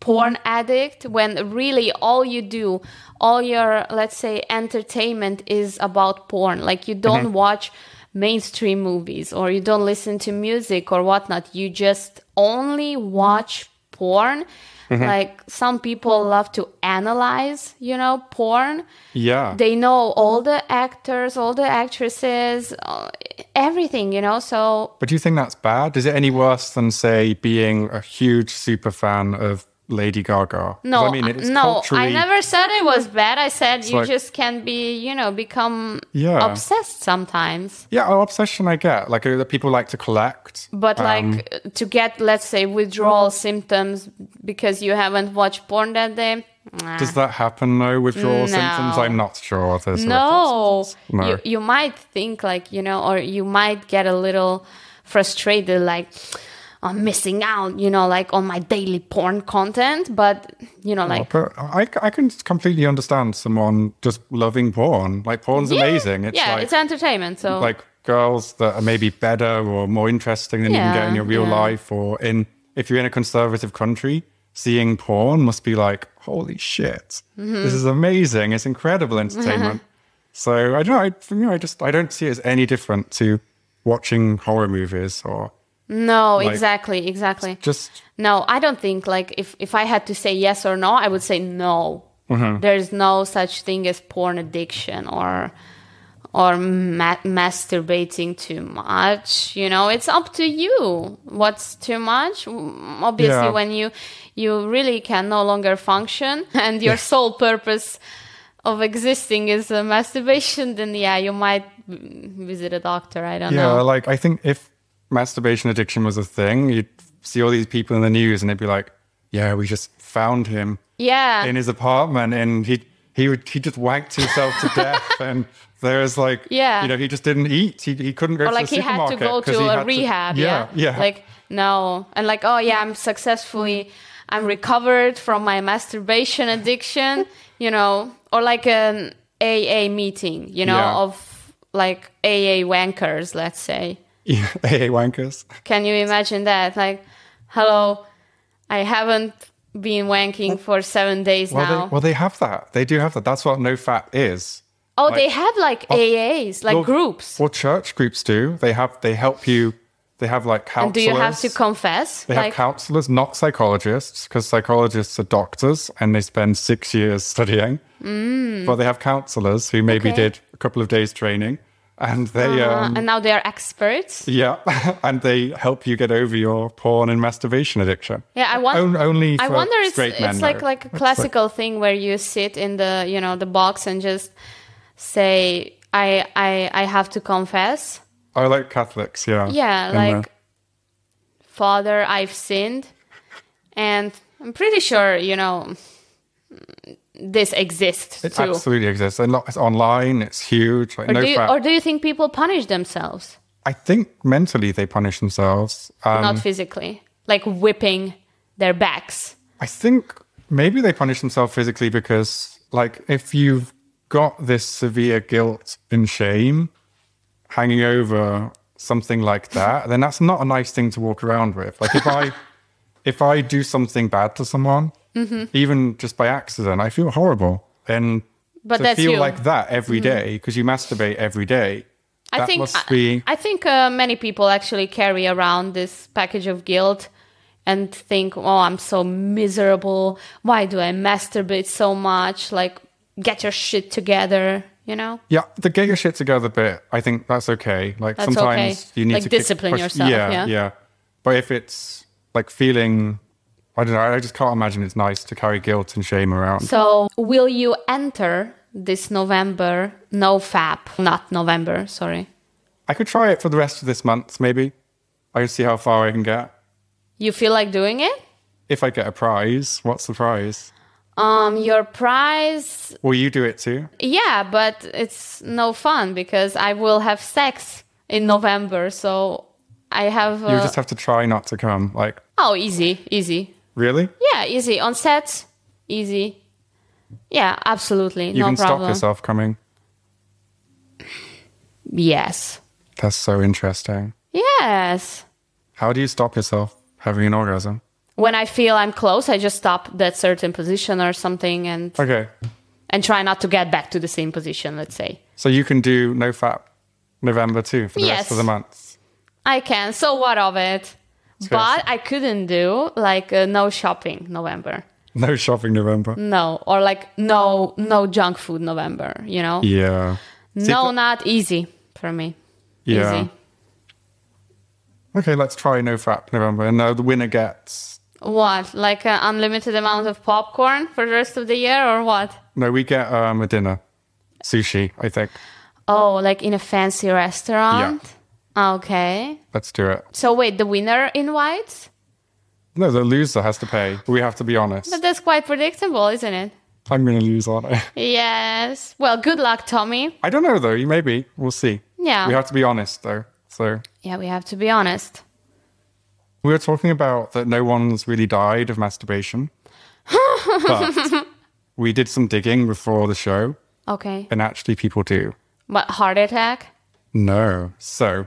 Speaker 1: porn addict when really all you do, all your let's say entertainment is about porn. Like you don't watch mainstream movies or you don't listen to music or whatnot. You just only watch porn. Like some people love to analyze, you know, porn
Speaker 2: yeah.
Speaker 1: they know all the actors all the actresses uh, everything you know so
Speaker 2: but do you think that's bad? Is it any worse than say being a huge super fan of Lady Gaga? 'Cause
Speaker 1: no
Speaker 2: I mean it's
Speaker 1: no i
Speaker 2: culturally
Speaker 1: never said it was bad i said you
Speaker 2: like-
Speaker 1: just can be you know become
Speaker 2: Yeah.
Speaker 1: obsessed sometimes
Speaker 2: yeah, oh, obsession I get. Like uh, that people like to collect.
Speaker 1: but like uh, to get let's say withdrawal symptoms because you haven't watched porn that day nah.
Speaker 2: Does that happen though? Withdrawal symptoms?
Speaker 1: No.
Speaker 2: I'm not sure. There's
Speaker 1: no,
Speaker 2: No.
Speaker 1: You, you might think like you know or you might get a little frustrated like i'm missing out you know like on my daily porn content but you know like
Speaker 2: But I, I can completely understand someone just loving porn. Like porn's
Speaker 1: yeah,
Speaker 2: amazing. It's
Speaker 1: yeah
Speaker 2: like
Speaker 1: it's entertainment so
Speaker 2: like girls that are maybe better or more interesting than you can get
Speaker 1: Yeah,
Speaker 2: in your real
Speaker 1: yeah.
Speaker 2: life or in if you're in a conservative country, seeing porn must be like, holy shit.
Speaker 1: Mm-hmm.
Speaker 2: This is amazing. It's incredible entertainment. so I don't know, I, for me, I just I don't see it as any different to watching horror movies or
Speaker 1: no
Speaker 2: like-
Speaker 1: exactly exactly
Speaker 2: just
Speaker 1: no i don't think like if if i had to say yes or no i would say no
Speaker 2: Mm-hmm.
Speaker 1: there's no such thing as porn addiction or or ma- masturbating too much you know it's up to you what's too much Mm, obviously
Speaker 2: Yeah.
Speaker 1: when you you really can no longer function and your sole purpose of existing is uh, masturbation then yeah you might mm, visit a doctor i don't
Speaker 2: Yeah,
Speaker 1: know
Speaker 2: like I think if masturbation addiction was a thing, you'd see all these people in the news and they'd be like, "Yeah, we just found him
Speaker 1: yeah
Speaker 2: in his apartment, and he he would, he just wanked himself to death, and there was like,
Speaker 1: Yeah.
Speaker 2: you know, he just didn't eat, he, he couldn't go
Speaker 1: or
Speaker 2: to
Speaker 1: like
Speaker 2: the
Speaker 1: he had to
Speaker 2: supermarket
Speaker 1: go
Speaker 2: 'cause
Speaker 1: to
Speaker 2: he
Speaker 1: a
Speaker 2: had
Speaker 1: rehab
Speaker 2: yeah, yeah,
Speaker 1: like no and like oh yeah i'm successfully i'm recovered from my masturbation addiction you know or like an aa meeting you know
Speaker 2: Yeah.
Speaker 1: of like aa wankers let's say
Speaker 2: yeah, hey wankers,
Speaker 1: can you imagine that like hello i haven't been wanking for seven days
Speaker 2: well
Speaker 1: now
Speaker 2: they well they have that, they do have that. That's what no fat is.
Speaker 1: oh they have like aas like
Speaker 2: Well,
Speaker 1: groups
Speaker 2: Well, church groups do. They have they help you. They have like counselors.
Speaker 1: do you have to confess
Speaker 2: They have counselors, not psychologists, because psychologists are doctors and they spend six years studying. But they have counselors who maybe
Speaker 1: Mm. Okay.
Speaker 2: did a couple of days training and they,
Speaker 1: uh,
Speaker 2: um,
Speaker 1: and now they are experts
Speaker 2: yeah, and they help you get over your porn and masturbation addiction.
Speaker 1: Yeah, I want-
Speaker 2: On- only
Speaker 1: I
Speaker 2: for
Speaker 1: wonder it's,
Speaker 2: straight men,
Speaker 1: it's like
Speaker 2: though.
Speaker 1: like a classical thing where you sit in the you know the box and just say I I I have to confess.
Speaker 2: I like Catholics, yeah.
Speaker 1: Yeah,
Speaker 2: And, uh,
Speaker 1: like Father, I've sinned, and I'm pretty sure you know this exists
Speaker 2: it
Speaker 1: too.
Speaker 2: absolutely exists. And lo- It's online, it's huge. Like,
Speaker 1: Or
Speaker 2: no
Speaker 1: do, you,
Speaker 2: fat.
Speaker 1: or do you think people punish themselves,
Speaker 2: I think mentally they punish themselves. Um,
Speaker 1: not physically, like whipping their backs?
Speaker 2: I think maybe they punish themselves physically because, like, if you've got this severe guilt and shame hanging over something like that, then that's not a nice thing to walk around with. Like, if I if I do something bad to someone,
Speaker 1: Mm-hmm.
Speaker 2: even just by accident, I feel horrible. And
Speaker 1: But
Speaker 2: to
Speaker 1: that's
Speaker 2: feel
Speaker 1: you. Mm-hmm.
Speaker 2: like that every day because you masturbate every day.
Speaker 1: I
Speaker 2: that
Speaker 1: think
Speaker 2: must
Speaker 1: I-
Speaker 2: be
Speaker 1: I, think uh, many people actually carry around this package of guilt and think, "Oh, I'm so miserable. Why do I masturbate so much? Like, get your shit together." you know?
Speaker 2: Yeah, the get your shit together bit, I think that's okay. Like
Speaker 1: That's
Speaker 2: sometimes
Speaker 1: okay.
Speaker 2: you need
Speaker 1: Like,
Speaker 2: to kick-
Speaker 1: discipline yourself, yeah.
Speaker 2: yeah, But if it's like feeling, I don't know, I just can't imagine it's nice to carry guilt and shame around.
Speaker 1: So, will you enter this November? No fap, not November, sorry.
Speaker 2: I could try it for the rest of this month, maybe. I could see how far I can get.
Speaker 1: You feel like doing it?
Speaker 2: If I get a prize, what's the prize?
Speaker 1: Um, your prize,
Speaker 2: Will you do it too?
Speaker 1: yeah, but it's no fun because I will have sex in November, so I have. Uh,
Speaker 2: you just have to try not to come. Like,
Speaker 1: oh, easy, easy.
Speaker 2: really?
Speaker 1: Yeah, easy on set, easy. Yeah, absolutely,
Speaker 2: You
Speaker 1: no
Speaker 2: can stop
Speaker 1: problem.
Speaker 2: yourself coming.
Speaker 1: Yes,
Speaker 2: That's so interesting.
Speaker 1: yes.
Speaker 2: How do you stop yourself having an orgasm?
Speaker 1: When I feel I'm close, I just stop that certain position or something, and
Speaker 2: Okay.
Speaker 1: and try not to get back to the same position. Let's say
Speaker 2: So you can do no fat November too for the
Speaker 1: Yes.
Speaker 2: rest of the month.
Speaker 1: I can. So what of it? But I couldn't do like uh, no shopping November.
Speaker 2: No shopping November.
Speaker 1: No, or like no no junk food November. You know,
Speaker 2: Yeah. See,
Speaker 1: no,
Speaker 2: th-
Speaker 1: not easy for me.
Speaker 2: Yeah.
Speaker 1: Easy.
Speaker 2: Okay, let's try no fat November. And now the winner gets.
Speaker 1: What like an unlimited amount of popcorn for the rest of the year or what?
Speaker 2: No, we get um, a dinner. Sushi, I think.
Speaker 1: Oh, like in a fancy restaurant. Ah, Okay.
Speaker 2: Let's do it.
Speaker 1: So wait, the winner invites.
Speaker 2: No, the loser has to pay. We have to be honest.
Speaker 1: But that's quite predictable, isn't it?
Speaker 2: I'm going to lose, aren't I?
Speaker 1: Yes. Well, good luck, Tommy.
Speaker 2: I don't know, though. You Maybe. We'll see.
Speaker 1: Yeah.
Speaker 2: We have to be honest, though. So
Speaker 1: Yeah, we have to be honest.
Speaker 2: we were talking about that no one's really died of masturbation. but we did some digging before the show,
Speaker 1: Okay.
Speaker 2: and actually, people do.
Speaker 1: But heart attack?
Speaker 2: No. So,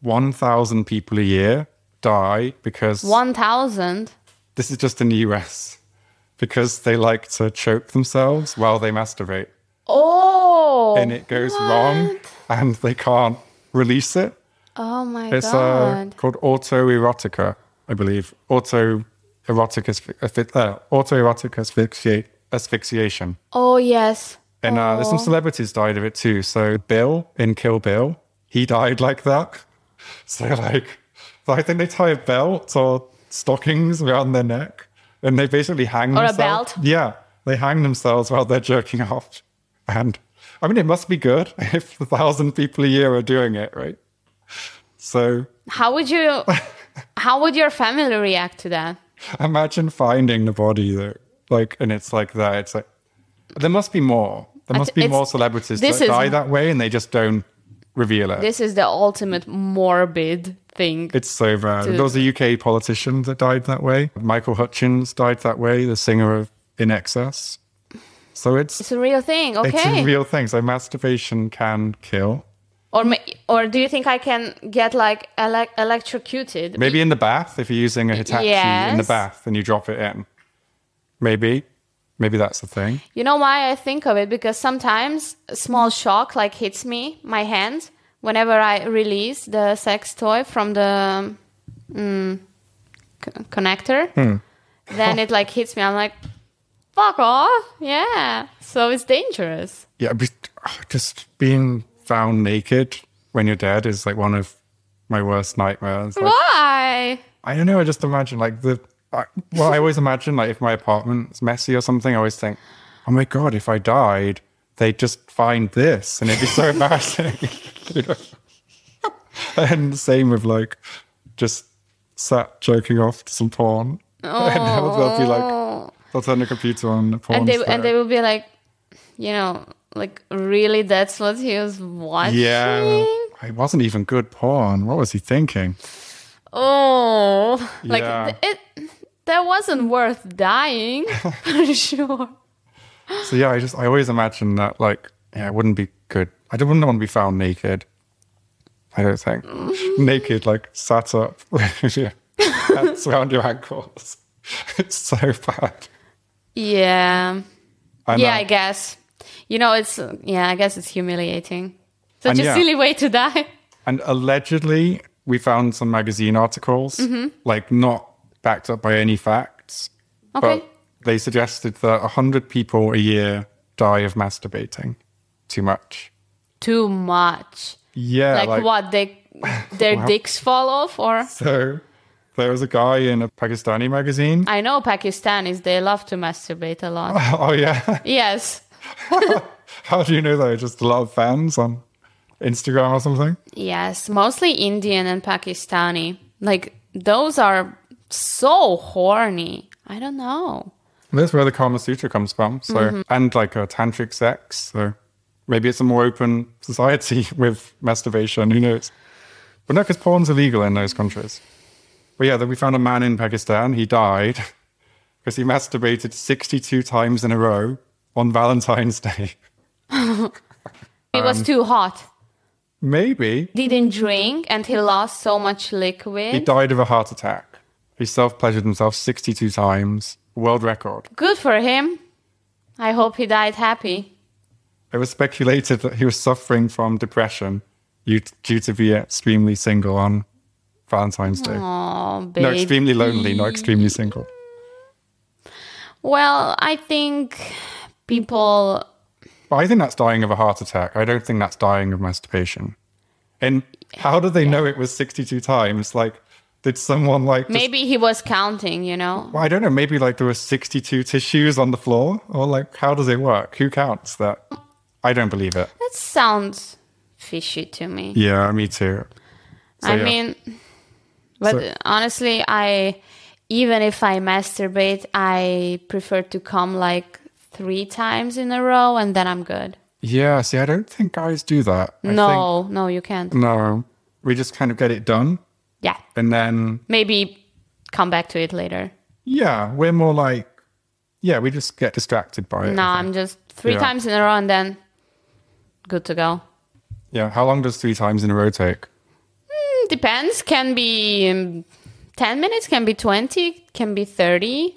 Speaker 2: 1,000 people a year die because
Speaker 1: 1,000?
Speaker 2: this is just in the US, because they like to choke themselves while they masturbate
Speaker 1: Oh!
Speaker 2: and it goes wrong and they can't release it.
Speaker 1: Oh my
Speaker 2: It's uh,
Speaker 1: god.
Speaker 2: called autoerotica, I believe. Autoerotic asphy- asphy- uh, autoerotic asphyxia- asphyxiation.
Speaker 1: oh yes.
Speaker 2: And uh, there's some celebrities died of it too. So Bill in Kill Bill, he died like that. So like, so I think they tie a belt or stockings around their neck, and they basically hang
Speaker 1: a belt?
Speaker 2: themselves. Yeah, they hang themselves while they're jerking off. And I mean, it must be good if a thousand people a year are doing it, right? So
Speaker 1: How would you how would your family react to that?
Speaker 2: imagine finding the body that, like, and it's like that. It's like there must be more. There
Speaker 1: I
Speaker 2: must
Speaker 1: th-
Speaker 2: be
Speaker 1: it's-
Speaker 2: more celebrities
Speaker 1: this
Speaker 2: that
Speaker 1: is-
Speaker 2: die that way, and they just don't reveal it.
Speaker 1: This is the ultimate morbid thing.
Speaker 2: It's so bad. There was a UK politician that died that way. Michael Hutchins died that way, the singer of In Excess. So it's
Speaker 1: It's a real thing, okay?
Speaker 2: it's a real thing. So masturbation can kill.
Speaker 1: or ma- or do you think I can get like ele- electrocuted?
Speaker 2: Maybe in the bath if you're using a Hitachi in
Speaker 1: Yes.
Speaker 2: the bath and you drop it in. Maybe, maybe that's the thing.
Speaker 1: You know why I think of it? Because sometimes a small shock like hits me, my hand, whenever I release the sex toy from the mm, c- connector.
Speaker 2: Hmm.
Speaker 1: Then it like hits me. I'm like, fuck off. Yeah. So it's dangerous.
Speaker 2: Yeah, but just being found naked when you're dead is like one of my worst nightmares. Like,
Speaker 1: Why?
Speaker 2: I don't know. I just imagine like the. I, well, I always imagine like if my apartment's messy or something, I always think, oh my god, if I died, they'd just find this, and it'd be so embarrassing. You know? and the same with like just sat joking off to some porn, and they'll, they'll be like, they'll turn the computer on the porn.
Speaker 1: And they
Speaker 2: star.
Speaker 1: and they will be like, you know, like really, that's what he was watching.
Speaker 2: yeah. It wasn't even good porn. What was he thinking?
Speaker 1: Oh, like
Speaker 2: Yeah.
Speaker 1: th- it. That wasn't worth dying for sure.
Speaker 2: So yeah, I just I always imagine that like yeah, it wouldn't be good. I don't wouldn't want to be found naked. I don't think naked like sat up, yeah, that's around your ankles. It's so bad.
Speaker 1: Yeah.
Speaker 2: I
Speaker 1: Yeah,
Speaker 2: know.
Speaker 1: I guess. You know, it's yeah, I guess it's humiliating. Such
Speaker 2: And
Speaker 1: a
Speaker 2: yeah.
Speaker 1: silly way to die.
Speaker 2: and allegedly we found some magazine articles, like not backed up by any facts,
Speaker 1: Okay.
Speaker 2: but they suggested that hundred people a year die of masturbating. too much.
Speaker 1: Too much.
Speaker 2: Yeah.
Speaker 1: Like, what? They their dicks fall off, or
Speaker 2: So there was a guy in a Pakistani magazine.
Speaker 1: I know Pakistanis they love to masturbate a lot.
Speaker 2: oh, yeah.
Speaker 1: yes.
Speaker 2: How do you know that? Just a lot of fans on Instagram or something?
Speaker 1: Yes, mostly Indian and Pakistani. Like those are so horny. I don't know.
Speaker 2: That's where the Kama Sutra comes from. So,
Speaker 1: Mm-hmm.
Speaker 2: and like a tantric sex. So maybe it's a more open society with masturbation. Who knows? But no, because porn's illegal in those countries. But yeah, then we found a man in Pakistan. He died because he masturbated 62 times in a row on Valentine's Day.
Speaker 1: It was too hot.
Speaker 2: Maybe
Speaker 1: Didn't drink and he lost so much
Speaker 2: he
Speaker 1: liquid.
Speaker 2: died of a heart attack. He self pleasured himself 62 times, world record.
Speaker 1: Good for him. I hope he died happy.
Speaker 2: It was speculated that he was suffering from depression due due to be extremely single on Valentine's Day.
Speaker 1: Oh,
Speaker 2: No,
Speaker 1: baby.
Speaker 2: extremely lonely, not extremely single.
Speaker 1: well, I think people
Speaker 2: But I think that's dying of a heart attack. I don't think that's dying of masturbation. And how did they know it was 62 times? Like, did someone like. just-
Speaker 1: maybe he was counting, you know.
Speaker 2: well, I don't know. Maybe like there were 62 tissues on the floor? Or like, how does it work? Who counts that? I don't believe it.
Speaker 1: That sounds fishy to me.
Speaker 2: Yeah, me too. So,
Speaker 1: I
Speaker 2: yeah.
Speaker 1: mean, but
Speaker 2: So-
Speaker 1: honestly, I even if I masturbate, I prefer to come like three times in a row and then I'm good.
Speaker 2: Yeah, see, I don't think guys do that. I think- Mm.
Speaker 1: no, no, you can't.
Speaker 2: No, we just kind of get it done.
Speaker 1: Yeah,
Speaker 2: And then,
Speaker 1: maybe come back to it later.
Speaker 2: yeah, we're more like, yeah, we just get distracted by it.
Speaker 1: No, I'm just three
Speaker 2: Yeah.
Speaker 1: times in a row and then good to go.
Speaker 2: Yeah. How long does three times in a row take?
Speaker 1: Mm, Depends. Can be um, ten minutes. Can be twenty. Can be thirty.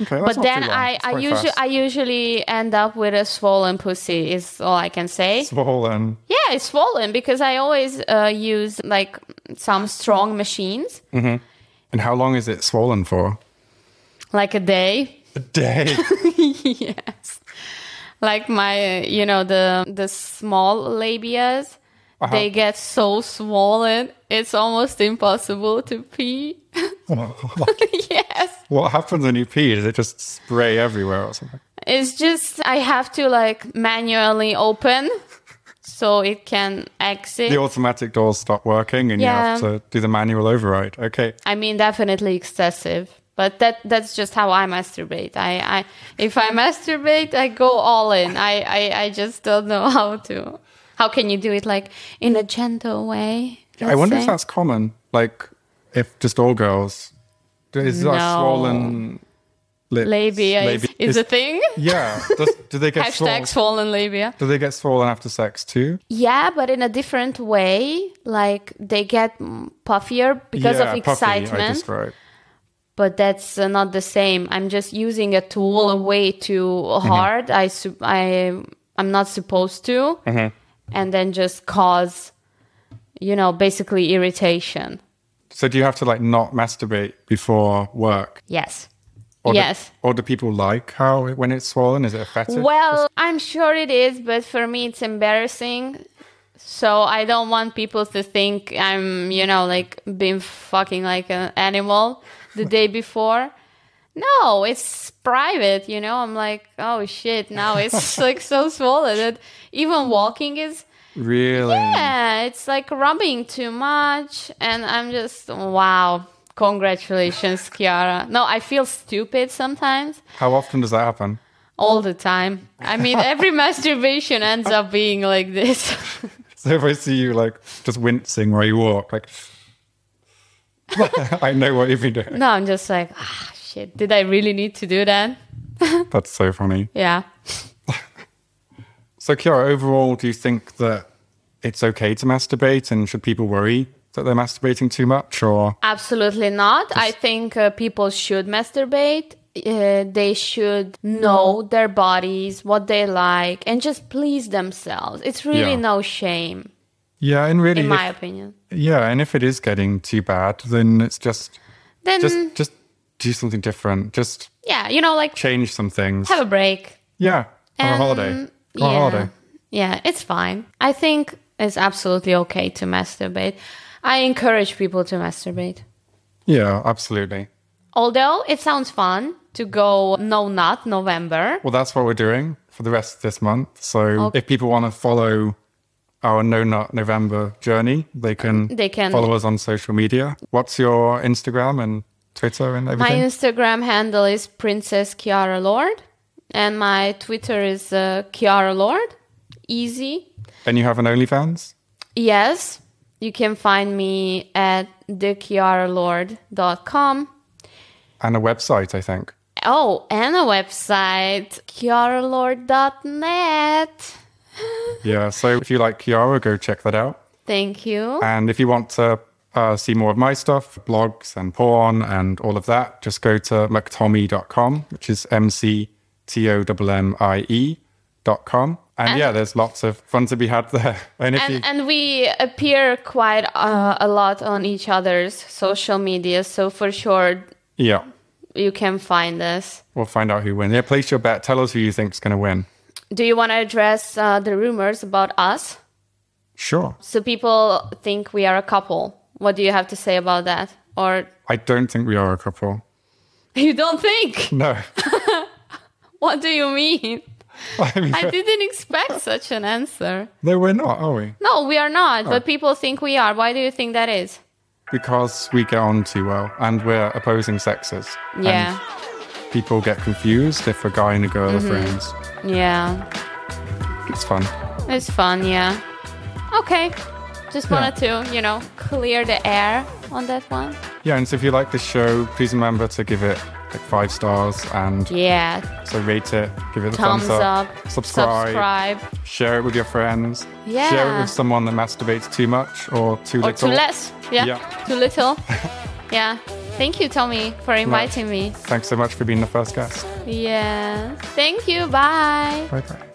Speaker 2: Okay. That's
Speaker 1: but then I, I usually I usually end up with a swollen pussy. Is all I can say.
Speaker 2: Swollen.
Speaker 1: Yeah, it's swollen because I always uh, use like some strong machines,
Speaker 2: And how long is it swollen for?
Speaker 1: like a day.
Speaker 2: A day.
Speaker 1: yes, like my, uh, you know, the the small labias, they get so swollen, it's almost impossible to pee. yes,
Speaker 2: what happens when you pee? Does it just spray everywhere or something?
Speaker 1: it's just I have to like manually open so it can exit.
Speaker 2: The automatic doors stop working and you have
Speaker 1: Yeah.
Speaker 2: to do the manual override. Okay.
Speaker 1: I mean, definitely excessive. But that that's just how I masturbate. I, I if I masturbate, I go all in. I, I, I just don't know how to. How can you do it like in a gentle way?
Speaker 2: I
Speaker 1: let's
Speaker 2: wonder if
Speaker 1: say?
Speaker 2: that's common. Like, if just all girls, is like
Speaker 1: No.
Speaker 2: swollen lips,
Speaker 1: labia is,
Speaker 2: labi-
Speaker 1: is a thing.
Speaker 2: yeah. Does, do they get swollen?
Speaker 1: Hashtag swollen labia.
Speaker 2: Do they get swollen after sex too?
Speaker 1: Yeah, but in a different way. Like they get mm, puffier because
Speaker 2: yeah,
Speaker 1: of
Speaker 2: puffy, I
Speaker 1: excitement.
Speaker 2: describe.
Speaker 1: but that's uh, not the same. I'm just using a tool way too
Speaker 2: Mm-hmm.
Speaker 1: hard. I su- I I'm not supposed to, and then just cause, you know, basically irritation.
Speaker 2: So do you have to like not masturbate before work?
Speaker 1: Yes.
Speaker 2: Or
Speaker 1: yes.
Speaker 2: Do, or do people like how it- when it's swollen? Is it a fetish?
Speaker 1: Well, I'm sure it is, but for me it's embarrassing. So I don't want people to think I'm, you know, like being fucking like an animal the day before. No, it's private, you know. I'm like, oh shit, now it's like so swollen that even walking is
Speaker 2: really?
Speaker 1: yeah, it's like rubbing too much and I'm just wow. Congratulations, Kiara. No, I feel stupid sometimes
Speaker 2: How often does that happen?
Speaker 1: all the time. I mean, every masturbation ends up being like this.
Speaker 2: So if I see you like just wincing where you walk, like I know what you've been doing.
Speaker 1: no, I'm just like, ah, shit, did I really need to do that?
Speaker 2: That's so funny.
Speaker 1: Yeah.
Speaker 2: So Kiara, overall, do you think that it's okay to masturbate, and should people worry that they're masturbating too much, or
Speaker 1: Absolutely not. I think uh, people should masturbate. Uh, they should know their bodies, what they like, and just please themselves. It's really
Speaker 2: Yeah.
Speaker 1: no shame,
Speaker 2: yeah? And really,
Speaker 1: in my
Speaker 2: if-
Speaker 1: opinion.
Speaker 2: yeah, and if it is getting too bad, then it's just
Speaker 1: Then,
Speaker 2: just just do something different. Just
Speaker 1: yeah, you know, like
Speaker 2: change some things.
Speaker 1: have Um, a break.
Speaker 2: yeah, have a
Speaker 1: And mm,
Speaker 2: holiday. Quite
Speaker 1: yeah.
Speaker 2: hardy.
Speaker 1: Yeah, it's fine. I think it's absolutely okay to masturbate. I encourage people to masturbate.
Speaker 2: Yeah, absolutely.
Speaker 1: Although it sounds fun to go no nut November.
Speaker 2: Well, that's what we're doing for the rest of this month. So if people want to follow our No Nut November journey, they can,
Speaker 1: They can-
Speaker 2: follow us on social media. What's your Instagram and Twitter and
Speaker 1: My
Speaker 2: everything?
Speaker 1: Instagram handle is Princess Kiara Lord, and my Twitter is uh, Kiara Lord. Easy.
Speaker 2: and you have an OnlyFans?
Speaker 1: Yes, you can find me at thekiaralord.com.
Speaker 2: And a website, I think.
Speaker 1: Oh, and a website, kiaralord.net.
Speaker 2: Yeah. So if you like Kiara, go check that out.
Speaker 1: Thank you.
Speaker 2: And if you want to uh, see more of my stuff, blogs and porn and all of that, just go to mctommy.com, which is M C T O M M I E dot com. And, yeah, there's lots of fun to be had there. And if you,
Speaker 1: and, and we appear quite uh, a lot on each other's social media so for sure
Speaker 2: yeah,
Speaker 1: you can find us
Speaker 2: we'll find out who wins. Yeah, place your bet. Tell us who you think's going to win.
Speaker 1: do you want to address uh, the rumors about us
Speaker 2: Sure.
Speaker 1: so people think we are a couple what do you have to say about that or
Speaker 2: I don't think we are a couple.
Speaker 1: you don't think
Speaker 2: No.
Speaker 1: what do you mean
Speaker 2: I mean,
Speaker 1: i didn't expect such an answer
Speaker 2: no, we're not, are we?
Speaker 1: no we are not but people think we are why do you think that is
Speaker 2: Because we get on too well and we're opposing sexes. And
Speaker 1: yeah Mm-hmm.
Speaker 2: people get confused if a guy and a girl are friends.
Speaker 1: yeah
Speaker 2: It's fun.
Speaker 1: It's fun, yeah. Okay. Just wanted to, you know, clear the air on that one.
Speaker 2: Yeah, and so if you like this show, please remember to give it like five stars and
Speaker 1: Yeah.
Speaker 2: so rate it, give it a
Speaker 1: Thumbs,
Speaker 2: thumbs
Speaker 1: up.
Speaker 2: subscribe,
Speaker 1: Subscribe.
Speaker 2: share it with your friends, share
Speaker 1: Yeah.
Speaker 2: it with someone that masturbates too much or too
Speaker 1: Or too
Speaker 2: little.
Speaker 1: less. Yeah.
Speaker 2: Yeah.
Speaker 1: Too little. yeah. Thank you, Tommy, for inviting me.
Speaker 2: Thanks so much for being the first guest.
Speaker 1: Yeah. Thank you. Bye.
Speaker 2: Bye bye.